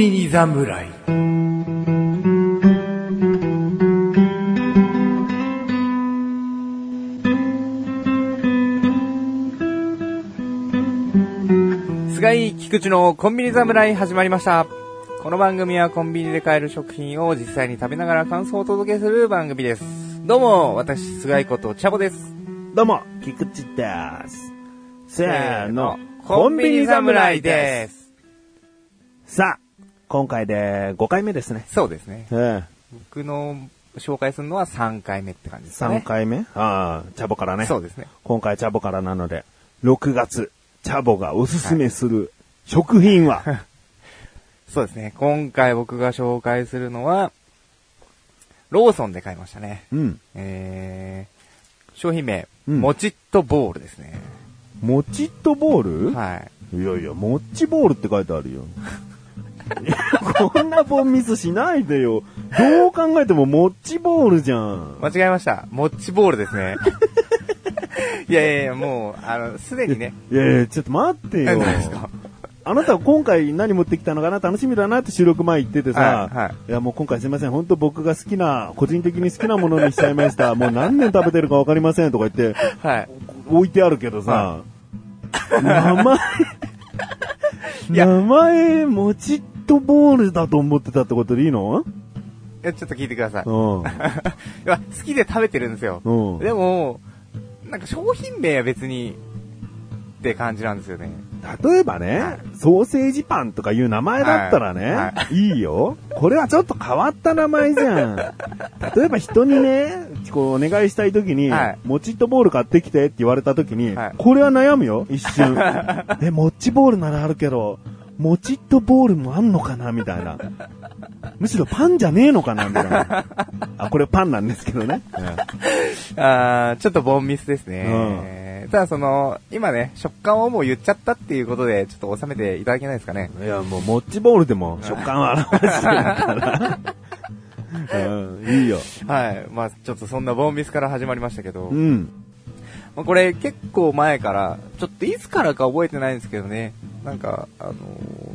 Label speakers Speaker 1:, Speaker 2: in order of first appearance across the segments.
Speaker 1: 侍
Speaker 2: 菅井菊池のコンビニ侍始まりました。この番組はコンビニで買える食品を実際に食べながら感想をお届けする番組です。どうも、私、菅井ことチャボです。
Speaker 3: どうも、菊池です。せーの、。
Speaker 2: コンビニ侍ですす。
Speaker 3: さあ、今回で5回目ですね。
Speaker 2: そうですね。
Speaker 3: え
Speaker 2: 僕の紹介するのは3回目って感じ
Speaker 3: え
Speaker 2: ですね。
Speaker 3: 3回目、ああ、チャボからね。
Speaker 2: そうですね。
Speaker 3: 今回チャボからなので、6月、チャボがおすすめする食品は、
Speaker 2: そうですね。今回僕が紹介するのは、ローソンで買いましたね。
Speaker 3: うん、
Speaker 2: えー、商品名、
Speaker 3: うん
Speaker 2: もちっとボールですね。
Speaker 3: もちっとボール、
Speaker 2: はい。
Speaker 3: い、やいや、もっちボールって書いてあるよ。 いやこんなボンミスしないでよ。どう考えてももっちボールじゃん。
Speaker 2: 間違えました。もっちボールです ね。いやいやいや、もう、あの、すでにね。
Speaker 3: いやいや、ちょっと待ってよ
Speaker 2: 何。ですか
Speaker 3: あなたは今回何持ってきたのかな楽しみだなって収録前言っててさ、
Speaker 2: はいはい
Speaker 3: やもう今回すいません、本当僕が好きな、個人的に好きなものにしちゃいました。もう何年食べてるかわかりませんとか言って、
Speaker 2: はい。
Speaker 3: 置いてあるけどさ、名前、
Speaker 2: いや
Speaker 3: 名前、もちっとボールだと思ってたってことでいいの
Speaker 2: いやちょっと聞いてく ださい。
Speaker 3: う
Speaker 2: い
Speaker 3: ん。
Speaker 2: や好きで食べてるんですよ。
Speaker 3: うん
Speaker 2: でも、なんか商品名は別に、って感じなんですよね。
Speaker 3: 例えばね、ソーセージパンとかいう名前だったらね、、
Speaker 2: はい
Speaker 3: いよ。これはちょっと変わった名前じ ゃん。例えば人にね、こうお願いしたい時に、
Speaker 2: はい
Speaker 3: もちっとボール買ってきてって言われた時に、
Speaker 2: はい
Speaker 3: これは悩むよ、一瞬。 え、もっちボールならあるけど、もちっとボールもあんのかなみたいな。むしろパンじゃねえのかなみたい な。あ、これパンなんですけどね。
Speaker 2: あー、ちょっとボンミスですね。ただその、今ね、食感をもう言っちゃったっていうことで、ちょっと収めていただけないですかね。
Speaker 3: いや、もう、もっちボールでも食感は表してるから。 うん、いいよ。
Speaker 2: はい。まあちょっとそんなボンミスから始まりましたけど
Speaker 3: う、ん。
Speaker 2: まあこれ結構前から、ちょっといつからか覚えてないんですけどね、なんか、あのー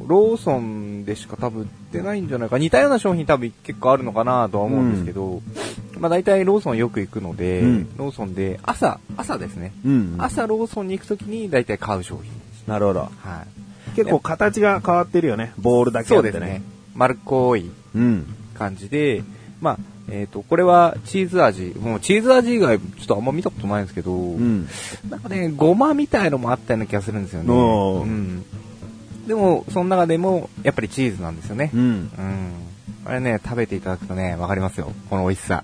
Speaker 2: ローソンでしか多分売ってないんじゃないか、似たような商品多分結構あるのかなとは思うんですけど、まあ大体ローソンよく行くので、
Speaker 3: うん
Speaker 2: ローソンで朝、朝ですね。
Speaker 3: うん
Speaker 2: 朝ローソンに行くときに大体買う商品です。
Speaker 3: なるほど。
Speaker 2: はい。
Speaker 3: 結構形が変わってるよね。ボールだけあ
Speaker 2: そ
Speaker 3: っ
Speaker 2: うで
Speaker 3: て
Speaker 2: すね
Speaker 3: ね。。
Speaker 2: 丸っこい
Speaker 3: うん。
Speaker 2: 感じで、まあ、えっ、と、これはチーズ味。もうチーズ味以外、ちょっとあんま見たことないんですけど、
Speaker 3: うん。
Speaker 2: なんかね、ごまみたいのもあったような気がするんですよね。
Speaker 3: おー
Speaker 2: うん。でも、その中でも、やっぱりチーズなんですよね
Speaker 3: う。ん。
Speaker 2: うん。あれね、食べていただくとね、わかりますよ。この美味しさ。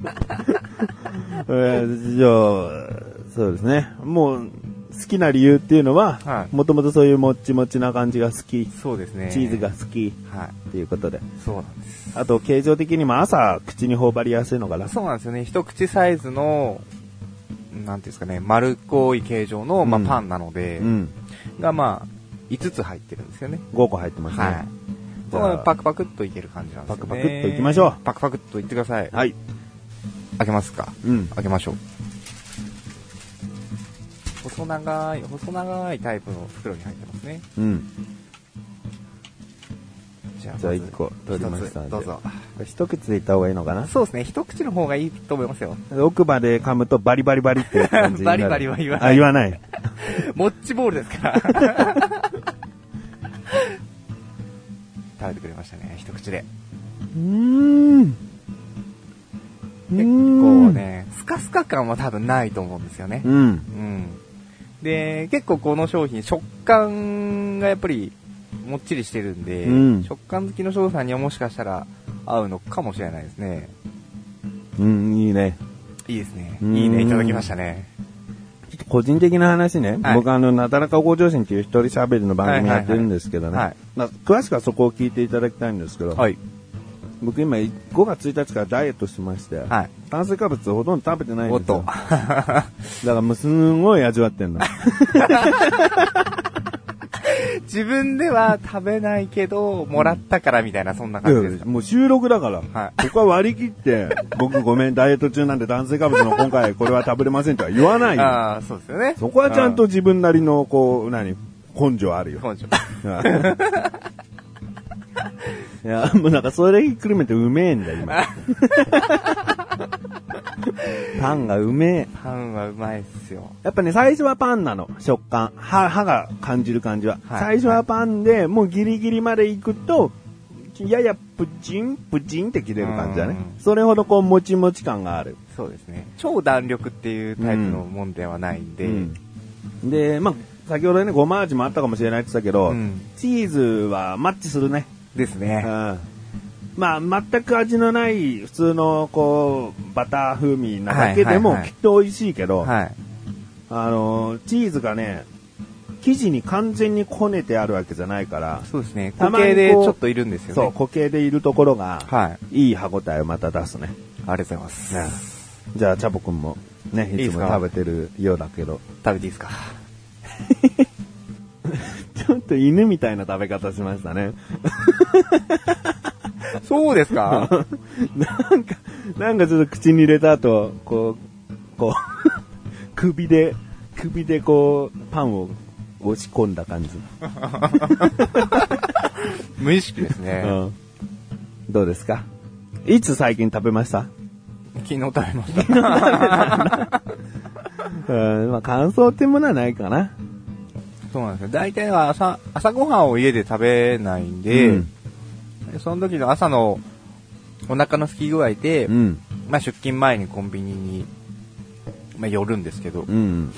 Speaker 3: えーじゃあ、そうですね。もう、好きな理由っていうの
Speaker 2: は
Speaker 3: は、
Speaker 2: い
Speaker 3: もともとそういうもっちもちな感じが好き。
Speaker 2: そうですね。
Speaker 3: チーズが。好き。
Speaker 2: はい。
Speaker 3: っていうことで。
Speaker 2: そうなんです。
Speaker 3: あと、形状的にも朝、口に頬張りやすいのかな。
Speaker 2: そうなんですよね。一口サイズの、なんていうんですかね、丸っこい形状の、まあ、
Speaker 3: うん
Speaker 2: パンなので、
Speaker 3: うん。
Speaker 2: がまあ、5つ入ってるんですよね。
Speaker 3: 5個入ってますね。
Speaker 2: はい。
Speaker 3: じゃあ
Speaker 2: パクパクっといける感じなんですよね。
Speaker 3: パクパクっといきましょう
Speaker 2: パクパクっといってください。
Speaker 3: はい。
Speaker 2: 開けますか。
Speaker 3: うん。
Speaker 2: 開けましょう。細長い、細長いタイプの袋に入ってますね。
Speaker 3: うん。
Speaker 2: じゃあ、
Speaker 3: じゃあ
Speaker 2: まず
Speaker 3: 1個取りましたん
Speaker 2: 一
Speaker 3: で
Speaker 2: つどうぞ。
Speaker 3: 一口でいった方がいいのかな
Speaker 2: そうですね、一口の方がいいと思いますよ。
Speaker 3: 奥歯で噛むとバリバリバリっていう感じにな る。
Speaker 2: バリバリは言わない
Speaker 3: あ、言わない。
Speaker 2: モッチボールですから。 食べてくれましたね、一口で。
Speaker 3: うーん。
Speaker 2: 結構。ね、スカスカ感は多分ないと思うんですよね。
Speaker 3: うん。
Speaker 2: うん。で、結構この商品、食感がやっぱり、もっちりしてるんで、
Speaker 3: うん
Speaker 2: 食感好きの翔さんにはもしかしたら合うのかもしれないですね。
Speaker 3: うん、いいね。
Speaker 2: いいですね。
Speaker 3: うん
Speaker 2: いいね、いただきましたね。
Speaker 3: ちょっと個人的な話ね。
Speaker 2: はい
Speaker 3: 僕あの、なだらかご上心っていう一人喋りの番組
Speaker 2: はい
Speaker 3: や
Speaker 2: はいはい
Speaker 3: ってるんですけどね。
Speaker 2: はい
Speaker 3: まあ、詳しくはそこを聞いていただきたいんですけど、
Speaker 2: はい。
Speaker 3: 僕今5月1日からダイエットしてまして、
Speaker 2: はい。
Speaker 3: 炭水化物をほとんど食べてないん
Speaker 2: お
Speaker 3: で
Speaker 2: っ
Speaker 3: すよ。
Speaker 2: と。
Speaker 3: だからもうすんごい味わってんの。
Speaker 2: 自分では食べないけど、もらったからみたいな、そんな感じですか。
Speaker 3: もう収録だから、
Speaker 2: はい
Speaker 3: ここは割り切って、僕ごめん、ダイエット中なんで炭水化物の今回これは食べれませんとは言わないよ。
Speaker 2: ああ、そうですよね。
Speaker 3: そこはちゃんと自分なりの、こう、何、根性あるよ。
Speaker 2: 根性。
Speaker 3: うんいや、もうなんかそれひっくるめてうめえんだよ、今。パンがうめえ。
Speaker 2: パンはうまいっすよ。
Speaker 3: やっぱね、最初はパンなの、食感。歯、歯が感じる感じは。
Speaker 2: はい
Speaker 3: 最初はパンで、もうギリギリまで行くと、ややプチン、プチンって切れる感じだね
Speaker 2: う。ん
Speaker 3: それほどこう、もちもち感がある。
Speaker 2: そうですね。超弾力っていうタイプのもんではないんで。
Speaker 3: うんで、まあ、先ほどね、ごま味もあったかもしれないって言ったけど、
Speaker 2: うん
Speaker 3: チーズはマッチするね。
Speaker 2: です
Speaker 3: う
Speaker 2: ね。
Speaker 3: ん。まあ、全く味のない、普通の、こう、バター風味なだけでも、
Speaker 2: はいはいはい
Speaker 3: きっと美味しいけど、
Speaker 2: はい。
Speaker 3: あのー、チーズがね、生地に完全にこねてあるわけじゃないから、
Speaker 2: そうですね。
Speaker 3: た
Speaker 2: 固
Speaker 3: まにこ
Speaker 2: 形
Speaker 3: う
Speaker 2: でちょっといるんですよね。
Speaker 3: そう、固形でいるところが、
Speaker 2: はい。
Speaker 3: いい歯応えをまた出すね。
Speaker 2: ありがとうございます。
Speaker 3: じゃあ、チャボくんも、ね、
Speaker 2: いい
Speaker 3: い
Speaker 2: で
Speaker 3: つ
Speaker 2: す
Speaker 3: も
Speaker 2: か
Speaker 3: 食べてるようだけど、
Speaker 2: 食べていいですか
Speaker 3: ちょっと犬みたいな食べ方しましたね。
Speaker 2: そうですか
Speaker 3: なんか、なんかちょっと口に入れた後、こう、 こう、首で、首でこう、パンを押し込んだ感じ。
Speaker 2: 無意識ですね。
Speaker 3: うん。どうですかいつ最近食べました
Speaker 2: 昨日食べました。
Speaker 3: うん、まあ感想ってものはないかな。
Speaker 2: そうなんですよ。大体は朝、朝ごはんを家で食べないんで、
Speaker 3: うん
Speaker 2: でその時の朝のお腹の空き具合で、
Speaker 3: うん。
Speaker 2: まあ出勤前にコンビニに、まあ寄るんですけど、
Speaker 3: うん。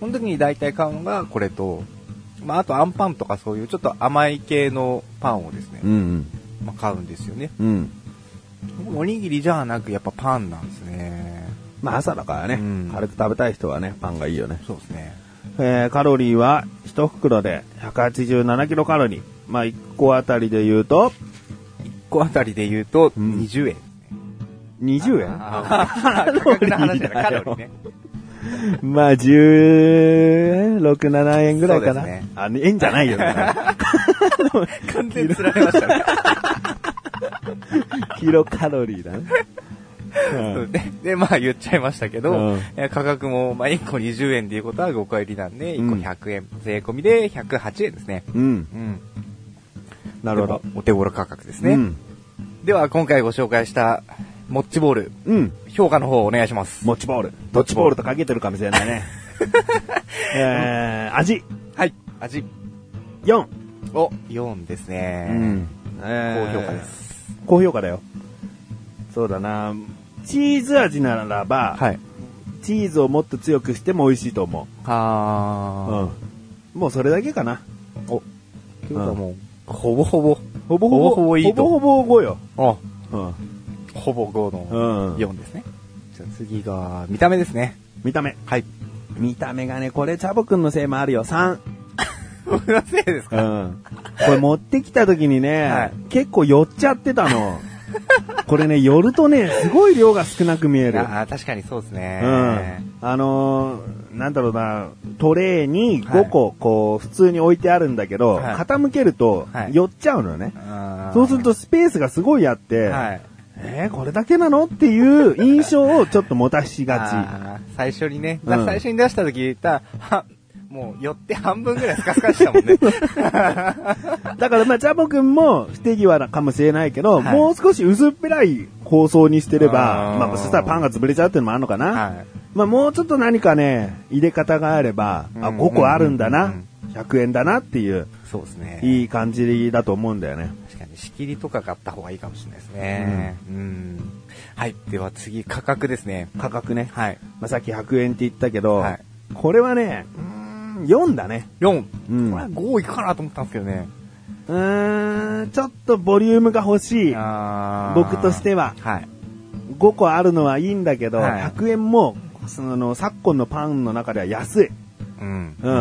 Speaker 2: その時に大体買うのがこれと、まああとアンパンとかそういうちょっと甘い系のパンをですね、
Speaker 3: うん。
Speaker 2: まあ買うんですよね。
Speaker 3: うん。
Speaker 2: おにぎりじゃなくやっぱパンなんですね。
Speaker 3: まあ朝だからね、
Speaker 2: うん
Speaker 3: 軽く食べたい人はね、パンがいいよね。
Speaker 2: そうですね。
Speaker 3: えーカロリーは1袋で187キロカロリー。まあ1個あたりで言うと、
Speaker 2: 1個あたりで言うと
Speaker 3: ん
Speaker 2: 20円。
Speaker 3: 20円
Speaker 2: あー価格の話じゃないカロリーね。
Speaker 3: まあ、16、7円ぐらいか
Speaker 2: そ
Speaker 3: な。
Speaker 2: うですね
Speaker 3: あ、円じゃないよ、ね。
Speaker 2: 完全に釣られましたね。
Speaker 3: キロカロリーだね。
Speaker 2: そうでで、まあ言っちゃいましたけど、
Speaker 3: うん
Speaker 2: えー価格も、まあ1個20円っていうことは5個入りなんで、1
Speaker 3: う
Speaker 2: 個
Speaker 3: ん
Speaker 2: 100円、税込みで108円ですね。
Speaker 3: うん。うん
Speaker 2: うん。
Speaker 3: なるほど。。
Speaker 2: お手頃価格ですね。
Speaker 3: うん。
Speaker 2: では今回ご紹介した、モッチボール、
Speaker 3: うん。
Speaker 2: 評価の方お願いします。
Speaker 3: モッチボール。ドッチボールとかけてるかもしれない ね。えー、味、
Speaker 2: はい。味。
Speaker 3: 4。
Speaker 2: を4ですね。。
Speaker 3: え
Speaker 2: 高
Speaker 3: ー
Speaker 2: 評価で。す。
Speaker 3: 高評価だよ。そうだなチーズ味ならば、
Speaker 2: はい。
Speaker 3: チーズをもっと強くしても美味しいと思う。
Speaker 2: あ
Speaker 3: うん。もうそれだけかな。
Speaker 2: ー。お、というかもう、ほぼほぼ。
Speaker 3: ほぼほぼ、
Speaker 2: ほぼほぼいいと
Speaker 3: ほぼほぼ5よ。
Speaker 2: あ、
Speaker 3: うん。
Speaker 2: ほぼ5の
Speaker 3: うん。
Speaker 2: 4ですね。じゃあ次が、見た目です ね。
Speaker 3: 見た目。
Speaker 2: はい。
Speaker 3: 見た目がね、これ、チャボくんのせいもあるよ、3。
Speaker 2: 僕のせいですか
Speaker 3: うん。これ持ってきた時にね、
Speaker 2: はい
Speaker 3: 結構寄っちゃって たの。これね、寄るとね、すごい量が少なく見える。
Speaker 2: あー確かにそうです
Speaker 3: う
Speaker 2: ね。
Speaker 3: ん。あのー、なんだろうな、トレーに
Speaker 2: はい
Speaker 3: 5個、こう、普通に置いてあるんだけど、
Speaker 2: はい
Speaker 3: 傾けると
Speaker 2: は、い
Speaker 3: 寄っちゃうのね。
Speaker 2: あー
Speaker 3: そうする、とスペースがすごいあって、
Speaker 2: はい。
Speaker 3: えー、これだけなのっていう印象をちょっと持たしが
Speaker 2: あー最初にね、
Speaker 3: うん
Speaker 2: 最初に出した時言ったは、もう寄って半分ぐらいスカスカでしたもん ね。
Speaker 3: ち。だからまあ、ジャボくんも不手際かもしれないけど、
Speaker 2: はい
Speaker 3: もう少し薄っぺらい構想にしてれば、
Speaker 2: あー
Speaker 3: まあ、そしたらパンが潰れちゃうっていうのもあるのかな。
Speaker 2: は
Speaker 3: まあ、もうちょっと何かね、入れ方があれば、あ、
Speaker 2: うん
Speaker 3: 5個あるんだ
Speaker 2: う、
Speaker 3: なん100円だなっていう、
Speaker 2: い。そうですね。
Speaker 3: いい感じだと思うんだよね。
Speaker 2: 確かに仕切りとか買った方がいいかもしれないですね。うん。はい。では次、価格ですね。
Speaker 3: 価格ね。
Speaker 2: はい。
Speaker 3: まあ、さっき100円って言ったけど、
Speaker 2: はい
Speaker 3: これはね、うーん4だね。
Speaker 2: 4。
Speaker 3: うん
Speaker 2: これは5いくかなと思ったんですけどね。
Speaker 3: うーん、ちょっとボリュームが欲しい。
Speaker 2: あー
Speaker 3: 僕としては
Speaker 2: はい。
Speaker 3: 5個あるのはいいんだけど、
Speaker 2: はい
Speaker 3: 100円も、その、昨今のパンの中では安い。
Speaker 2: うん。
Speaker 3: うん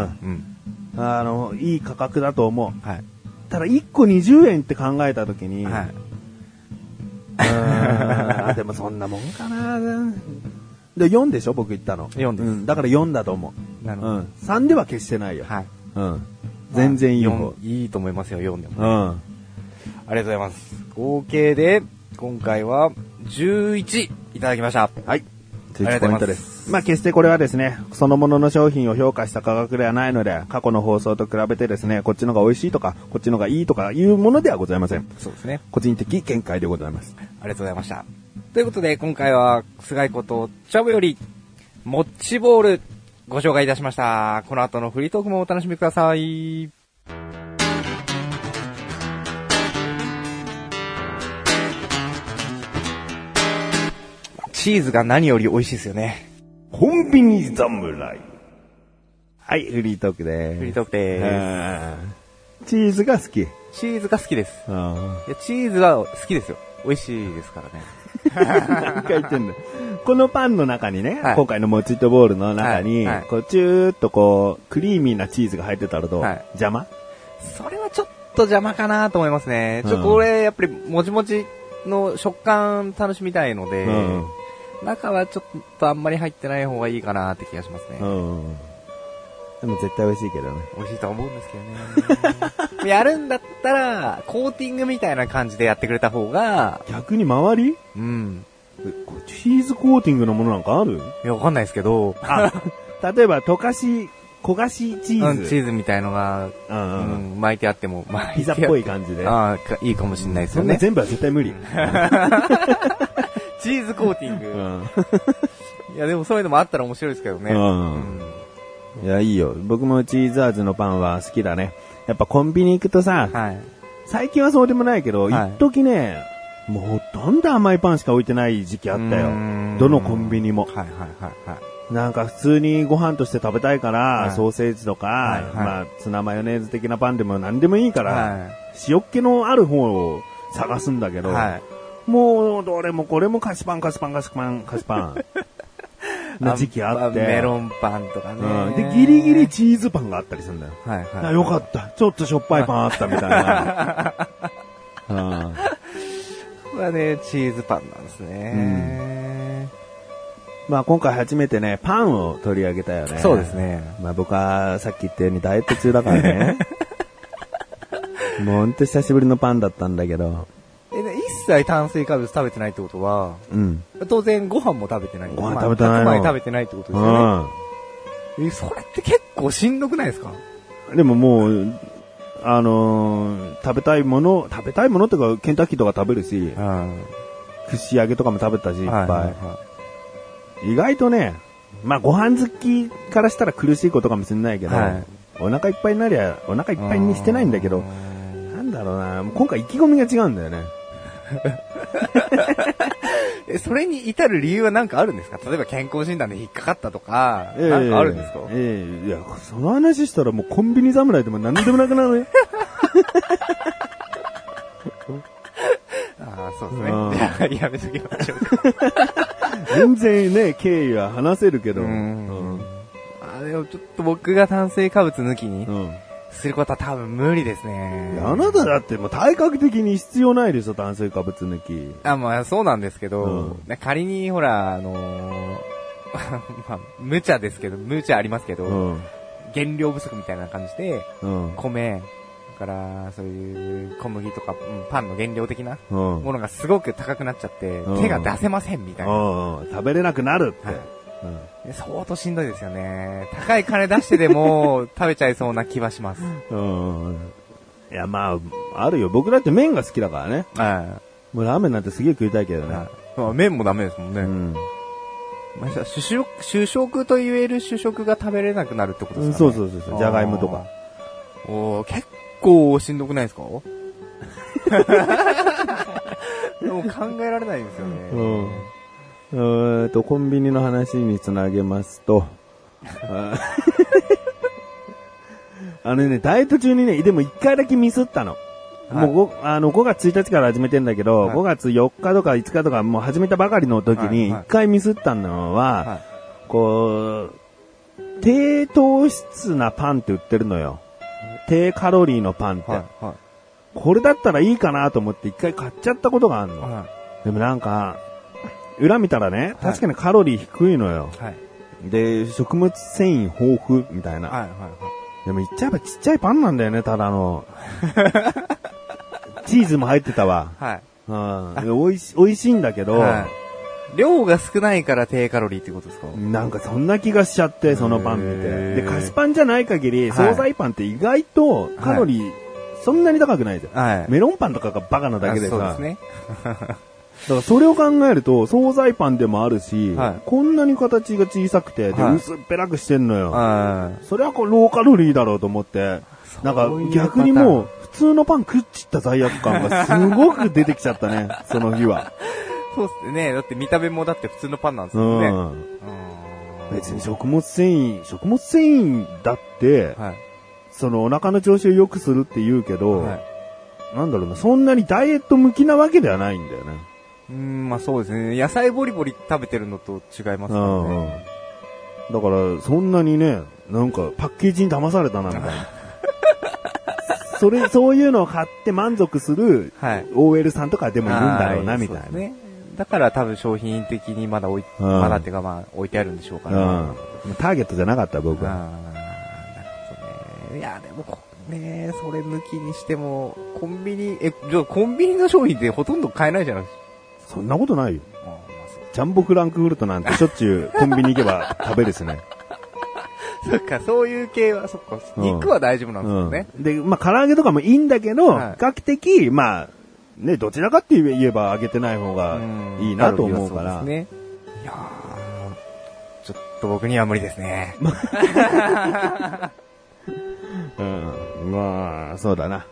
Speaker 2: うん。
Speaker 3: あの、いい価格だと思う。
Speaker 2: はい。
Speaker 3: ただ1個20円って考えた時に、
Speaker 2: はい。
Speaker 3: う ーんでもそんなもんかな。で、4でしょ僕言ったの。
Speaker 2: 4です
Speaker 3: うんだから4だと思
Speaker 2: な
Speaker 3: う。う
Speaker 2: るほど。
Speaker 3: ん。3では決してないよ。
Speaker 2: はい。
Speaker 3: うん。全然いい
Speaker 2: まあ
Speaker 3: 方。
Speaker 2: 四いいと思いますよ、4でも。
Speaker 3: うん。
Speaker 2: ありがとうございます。合計で、今回は11いただきました。
Speaker 3: は
Speaker 2: ありが
Speaker 3: い。
Speaker 2: とうございます
Speaker 3: 11ポイントです。まあ決してこれはですね、そのものの商品を評価した価格ではないので、過去の放送と比べてですね、こっちのが美味しいとか、こっちのがいいとかいうものではございません。
Speaker 2: そうですね。
Speaker 3: 個人的見解でございます。
Speaker 2: ありがとうございました。ということで、今回は、菅井こと、チャブより、モッチボール、ご紹介いたしました。この後のフリートークもお楽しみください。チーズが何より美味しいですよね。
Speaker 3: コンビニ侍。はい、フリートークでーす。
Speaker 2: フリートークでー
Speaker 3: ーす。チーズが好き。
Speaker 2: す。チーズが好きです。
Speaker 3: あ
Speaker 2: いや、チーズは好きですよ。美味しいですからね。
Speaker 3: 何回言ってんだよこのパンの中にね、
Speaker 2: はい
Speaker 3: 今回のモチッとボールの中に、
Speaker 2: はいはい
Speaker 3: こう、チューっとこう、クリーミーなチーズが入ってたらどう、
Speaker 2: はい
Speaker 3: 邪魔
Speaker 2: それはちょっと邪魔かなと思いますね。ち
Speaker 3: う
Speaker 2: ょ、
Speaker 3: ん
Speaker 2: これ、やっぱり、もちもちの食感楽しみたいので、
Speaker 3: うん
Speaker 2: 中はちょっとあんまり入ってない方がいいかなって気がしますね。
Speaker 3: うんうん。でも絶対美味しいけどね。
Speaker 2: 美味しいとは思うんですけどね。 やるんだったら、コーティングみたいな感じでやってくれた方が、
Speaker 3: 逆に周り
Speaker 2: うん。
Speaker 3: チーズコーティングのものなん かある
Speaker 2: いや、わかんないですけど、
Speaker 3: 例えば、溶かし、焦がしチ
Speaker 2: う
Speaker 3: ー
Speaker 2: ん
Speaker 3: ズ。
Speaker 2: チーズみたいのが、
Speaker 3: うん
Speaker 2: う
Speaker 3: うんうん
Speaker 2: ん、巻いてあっても、巻
Speaker 3: ピ
Speaker 2: て
Speaker 3: ザ
Speaker 2: あ
Speaker 3: っぽい感じで。
Speaker 2: ああ、かいいかもしんないです
Speaker 3: そ
Speaker 2: よ
Speaker 3: んな
Speaker 2: ね。
Speaker 3: 全部は絶対無理。
Speaker 2: チーズコーティン
Speaker 3: う
Speaker 2: グ。
Speaker 3: ん
Speaker 2: いや、でもそういうのもあったら面白いですけどね。
Speaker 3: うん
Speaker 2: うん
Speaker 3: いや、いいよ。僕もチーズ味のパンは好きだね。やっぱコンビニ行くとさ、
Speaker 2: はい。
Speaker 3: 最近はそうでもないけど、
Speaker 2: はい
Speaker 3: 一時ね、もうほとんど甘いパンしか置いてない時期あったよ
Speaker 2: うーん。
Speaker 3: どのコンビニも。
Speaker 2: はいはいはいはい。
Speaker 3: なんか普通にご飯として食べたいから、
Speaker 2: い
Speaker 3: ソーセージとか、
Speaker 2: はいはい
Speaker 3: まあツナマヨネーズ的なパンでも何でもいいから、
Speaker 2: は
Speaker 3: 塩っ気のある方を探すんだけ
Speaker 2: い。
Speaker 3: ど、
Speaker 2: はい。
Speaker 3: もうどれもこれも菓子パン菓子パン菓子パン菓子パンの時期あっ て、
Speaker 2: まメロンパンとか
Speaker 3: うん、
Speaker 2: ね。
Speaker 3: で、ギリギリ。チーズパンがあったりするんだよ。
Speaker 2: はい
Speaker 3: あ
Speaker 2: はい。
Speaker 3: よかった。ちょっとしょっぱいパンあったみたいな。うん
Speaker 2: これはね、チーズパンなんですね。
Speaker 3: まあ今回初めてね、パンを取り上げたよね。
Speaker 2: そうです。ね。
Speaker 3: まあ僕はさっき言ったようにダイエット中だから ね。もうほんと久しぶりのパンだったんだけど。
Speaker 2: え、で一切炭水化物食べてないってことは、
Speaker 3: うん。
Speaker 2: 当然ご飯も食べてない。
Speaker 3: ご飯食べてないの
Speaker 2: まあ白米食べてないってことですよね。え、それって結構しんどくないですか
Speaker 3: うん。でももう、あのー食べたいもの、食べたいものっていうか、ケンタッキーとか食べるし
Speaker 2: う、ん。いっ
Speaker 3: 串揚げとかも食べたし、いっぱい。
Speaker 2: はい。
Speaker 3: 意外とね、まあご飯好きからしたら苦しいことかもしれないけど、
Speaker 2: はい
Speaker 3: お腹いっぱいになりゃ、お腹いっぱいにしてないんだけど、なんだろうな、もう今回意気込みが違うんだよね。
Speaker 2: え、それに至る理由は何かあるんですか例えば健康診断で引っかかったとか、なんかあるんですか
Speaker 3: ええいや、その話したらもうコンビニ侍でも何でもなくな るね。
Speaker 2: ああ、そう
Speaker 3: うん
Speaker 2: です ね。やめときましょうか。
Speaker 3: 全然ね、経緯は話せるけど。
Speaker 2: うん
Speaker 3: うん
Speaker 2: あーでもちょっと僕が炭水化物抜きに
Speaker 3: うん
Speaker 2: することは多分無理ですね
Speaker 3: い。やあなただってもう体格的に必要ないでしょ、炭水化物抜き。
Speaker 2: あ、まあそうなんですけど、
Speaker 3: う
Speaker 2: 仮にほら、あのー まあ、無茶ですけど、無茶ありますけど、
Speaker 3: うん。
Speaker 2: 原料不足みたいな感じで、
Speaker 3: うん。
Speaker 2: 米、だから、そういう小麦とか、うんパンの原料的な
Speaker 3: うん。
Speaker 2: ものがすごく高くなっちゃって、
Speaker 3: うん
Speaker 2: 手が出せませんみたいな。
Speaker 3: うんうん食べれなくなるって。
Speaker 2: はい
Speaker 3: うん
Speaker 2: で相当しんどいですよね。高い金出してで も食べちゃいそうな気はします。
Speaker 3: うん。いや、まあ、あるよ。僕だって麺が好きだからね。
Speaker 2: は
Speaker 3: もうラーメンなんてすげえ食いたいけど
Speaker 2: い。
Speaker 3: ね。
Speaker 2: まあ、麺もダメですもんね。
Speaker 3: うん。
Speaker 2: まあ、主食、主食と言える主食が食べれなくなるってことですかね。
Speaker 3: そうそうそうそう。じゃがいもとか。
Speaker 2: あー。おー結構しんどくないですかでも考えられないですよね。
Speaker 3: うんえーっと、コンビニの話につなげますと。あー あのね、ダイエット中にね、でも一回だけミスったの。
Speaker 2: はい
Speaker 3: もうごあの5月1日から始めてんだけど、
Speaker 2: はい
Speaker 3: 5月4日とか5日とかもう始めたばかりの時に
Speaker 2: はいはい
Speaker 3: 一回ミスったのは、
Speaker 2: はい
Speaker 3: こう、低糖質なパンって売ってるのよ。低カロリーのパンって。
Speaker 2: はい。は
Speaker 3: これだったらいいかなと思って一回買っちゃったことがある
Speaker 2: い。
Speaker 3: の。
Speaker 2: は
Speaker 3: でもなんか、裏見たらね、確かにカロリー低いのよ。
Speaker 2: い。はい。
Speaker 3: で、食物繊維豊富みたいな。
Speaker 2: はい。はい
Speaker 3: でも言っちゃえばちっちゃいパンなんだよね、ただ の。チーズも入ってたわ。
Speaker 2: はい。
Speaker 3: うん。で美味し、美味しいんだけど、
Speaker 2: はい量が少ないから低カロリーってことですか
Speaker 3: なんかそんな気がしちゃって、そのパン見
Speaker 2: へー
Speaker 3: て。で、菓子パンじゃない限り、
Speaker 2: はい
Speaker 3: 惣菜パンって意外とカロリー、そんなに高くないですよ。
Speaker 2: はい。
Speaker 3: メロンパンとかがバカなだけでさ、
Speaker 2: あそうですね。
Speaker 3: だからそれを考えると、惣菜パンでもあるし、
Speaker 2: はい
Speaker 3: こんなに形が小さくて、で
Speaker 2: はい
Speaker 3: 薄っぺらくしてんのよ。
Speaker 2: あ
Speaker 3: それはこう、ローカロリーだろうと思って、なんか逆にもう、普通のパン食っちった罪悪感がすごく出てきちゃっ たね、その日は。
Speaker 2: そうですね。だって見た目もだって普通のパンなんです
Speaker 3: う
Speaker 2: もんね。うん
Speaker 3: ん。別に食物繊維、食物繊維だって、
Speaker 2: はい。
Speaker 3: そのお腹の調子を良くするって言うけど、
Speaker 2: はい
Speaker 3: なんだろうな、そんなにダイエット向きなわけではないんだよね。
Speaker 2: うーん、まあそうですね。野菜ボリボリ食べてるのと違いますから
Speaker 3: うんうん
Speaker 2: ね。
Speaker 3: だから、そんなにね、なんか、パッケージに騙されたな、みた いな。それ、そういうのを買って満足する
Speaker 2: はい。
Speaker 3: OL さんとかでもいるんだろう
Speaker 2: は
Speaker 3: な、みた
Speaker 2: そ
Speaker 3: いな。
Speaker 2: うですね。だから多分商品的にまだ置い、
Speaker 3: うん
Speaker 2: まだっていうかまあ置いてあるんでしょうから。あ
Speaker 3: うん。ターゲットじゃなかった、
Speaker 2: ー
Speaker 3: 僕は。
Speaker 2: なるほどね。いや、でもこ、ねそれ抜きにしても、コンビニ、え、じゃあコンビニの商品ってほとんど買えないじゃないですか。
Speaker 3: そんなことないよ。
Speaker 2: あーまあそう
Speaker 3: ジャンボフランクフルトなんてしょっちゅうコンビニ行けば食べるしね。
Speaker 2: そっか、そういう系は、そっか、
Speaker 3: うん
Speaker 2: 肉は大丈夫なんですよね。
Speaker 3: うんで、まあ、唐揚げとかもいいんだけど、
Speaker 2: はい
Speaker 3: 比較的、まあ、ね、どちらかって言えば揚げてない方が
Speaker 2: うん
Speaker 3: いいなと思うから。
Speaker 2: カロリーはそうですね、いやーちょっと僕には無理ですね。
Speaker 3: うん。まあ、そうだな。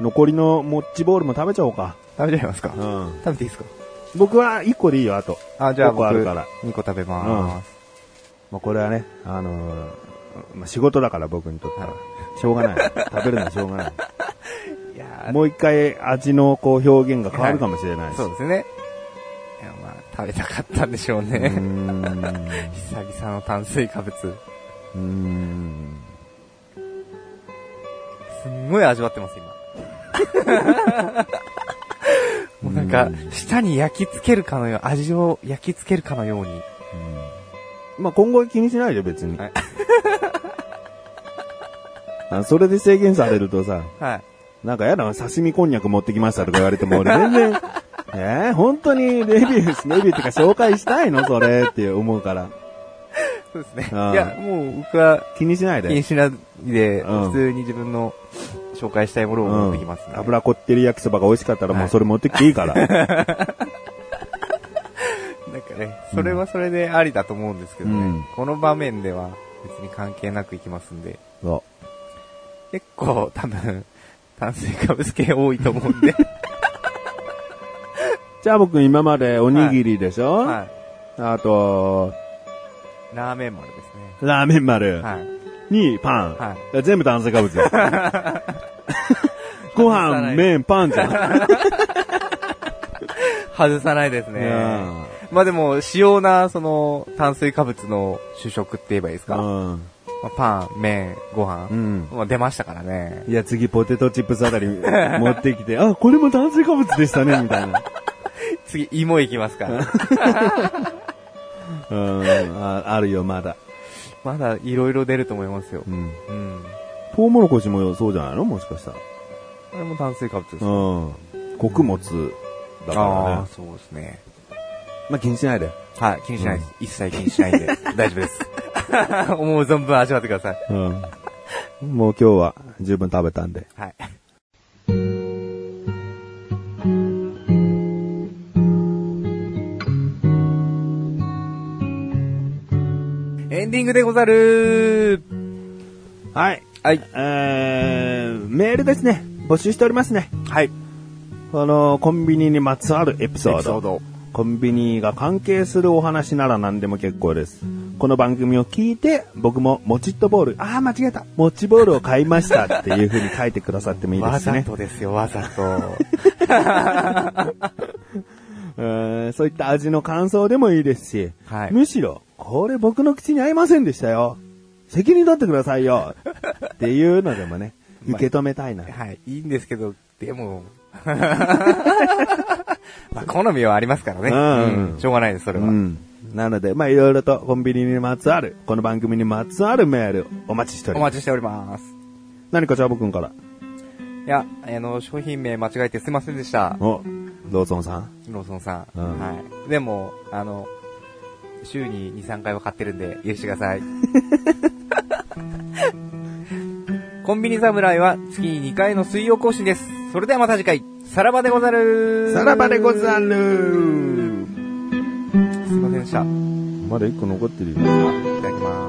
Speaker 3: 残りのモッチボールも食べちゃおうか。
Speaker 2: 食べちゃいますか
Speaker 3: うん。
Speaker 2: 食べていいですか
Speaker 3: 僕は1個でいいよ、あと。
Speaker 2: あ、じゃあ
Speaker 3: 5個
Speaker 2: 僕、
Speaker 3: あるから。
Speaker 2: 2個食べまーす。
Speaker 3: まあ、これはね、あのーまあ、仕事だから僕にとっては。しょうがない。食べるのはしょうが ない。
Speaker 2: いやー
Speaker 3: もう一回味のこう表現が変わるかもしれないし。
Speaker 2: そうですね。いや、まあ、食べたかったんでしょう
Speaker 3: うー
Speaker 2: ね。
Speaker 3: ん。
Speaker 2: 久々の炭水化物。
Speaker 3: うーん。
Speaker 2: すんごい味わってます、今。 もうなんか、舌に焼き付けるかのよう、味を焼き付けるかのように。
Speaker 3: まあ、今後は気にしないで別に。
Speaker 2: はい
Speaker 3: あそれで制限されるとさ、
Speaker 2: はい。
Speaker 3: なんかやだな、刺身こんにゃく持ってきましたとか言われても俺全然、 えー、本当にレビュー し、レビューとか紹介したいのそれって思うから。
Speaker 2: そうですね。い
Speaker 3: うん
Speaker 2: や、もう僕は
Speaker 3: 気にしない
Speaker 2: 気
Speaker 3: で
Speaker 2: に。しないで、
Speaker 3: うん
Speaker 2: 普通に自分の紹介したいものを持ってきますね。
Speaker 3: 油こってり焼きそばが美味しかったらも
Speaker 2: は
Speaker 3: う
Speaker 2: い
Speaker 3: それ持ってきてい いから。
Speaker 2: なんかね、それはそれでありだと思うんですけどね。
Speaker 3: うん
Speaker 2: この場面では別に関係なくいきますんで。
Speaker 3: そ
Speaker 2: 結構多分、 炭水化物系多いと思 うんで。
Speaker 3: うじゃあ僕今までおにぎりでしょ、
Speaker 2: は
Speaker 3: あと、
Speaker 2: い。ラーメン丸で
Speaker 3: ラーメン
Speaker 2: す
Speaker 3: 丸
Speaker 2: ね。はい。
Speaker 3: にパン。
Speaker 2: は
Speaker 3: 全部炭水 化物だよ。ご飯、麺、パンじゃん。
Speaker 2: 外さないですね。まあでも、主要な、その、炭水化物の主食って言えばいいですか。ま
Speaker 3: うん。
Speaker 2: あパン、麺、ご飯
Speaker 3: う。ん。
Speaker 2: まあ出ましたから ね。
Speaker 3: いや、次ポテトチップスあたり持って きて、あ、これも炭水化物でしたね、みたいな。
Speaker 2: 次、芋いきますから。
Speaker 3: うん、ああるよ、まだ。
Speaker 2: まだいろいろ出ると思いますよ
Speaker 3: う。ん。
Speaker 2: うん。
Speaker 3: トウモロコシもそうじゃないのもしかしたら。
Speaker 2: これも炭水化物です。
Speaker 3: うん。穀物だから
Speaker 2: あー
Speaker 3: ね。
Speaker 2: そうですね。
Speaker 3: まあ、気にしないで。
Speaker 2: はい、気にしないです。一切気にし ないんで、大丈夫です。 思う存分味わってください。
Speaker 3: うん。もう今日は十分食べたんで。
Speaker 2: はい。エンディングでござる
Speaker 3: はい。
Speaker 2: はい。
Speaker 3: えー、メールですね。募集しておりますね。
Speaker 2: はい。
Speaker 3: この、コンビニにまつわるエピソード。
Speaker 2: エピソード
Speaker 3: コンビニが関係するお話なら何でも結構です。この番組を聞いて、僕ももちっとボール、ああ、間違えた。もちボールを買いましたっていう風に書いてくださってもいいで
Speaker 2: わ
Speaker 3: す
Speaker 2: ざ
Speaker 3: ね。
Speaker 2: とですよ、わざと。
Speaker 3: えーそういった味の感想でもいいですし、
Speaker 2: はい
Speaker 3: むしろ、これ僕の口に合いませんでしたよ。責任取ってくださいよ。っていうので もね、受け止めたいな。
Speaker 2: はい、いいんですけど、でも、 まあ、好みはありますからね。
Speaker 3: うん
Speaker 2: うんしょうがないです、それは。
Speaker 3: うん。なので、まあいろいろとコンビニにまつわる、この番組にまつわるメールお待ちして
Speaker 2: お
Speaker 3: おります。
Speaker 2: 待ちしております。
Speaker 3: 何かチャボくんから。
Speaker 2: いや、あの、商品名間違えてすいませんでした。
Speaker 3: お、ローソンさん。
Speaker 2: ローソンさん。
Speaker 3: うん
Speaker 2: はい。でも、あの、週に2、3回は買ってるんで、許してくださ い。コンビニ侍は月に2回の水曜更新です。それではまた次回、さらばでござる
Speaker 3: さらばでござ
Speaker 2: る
Speaker 3: る
Speaker 2: すいませんでした。い
Speaker 3: まだ一個残ってるよ。
Speaker 2: ただきます。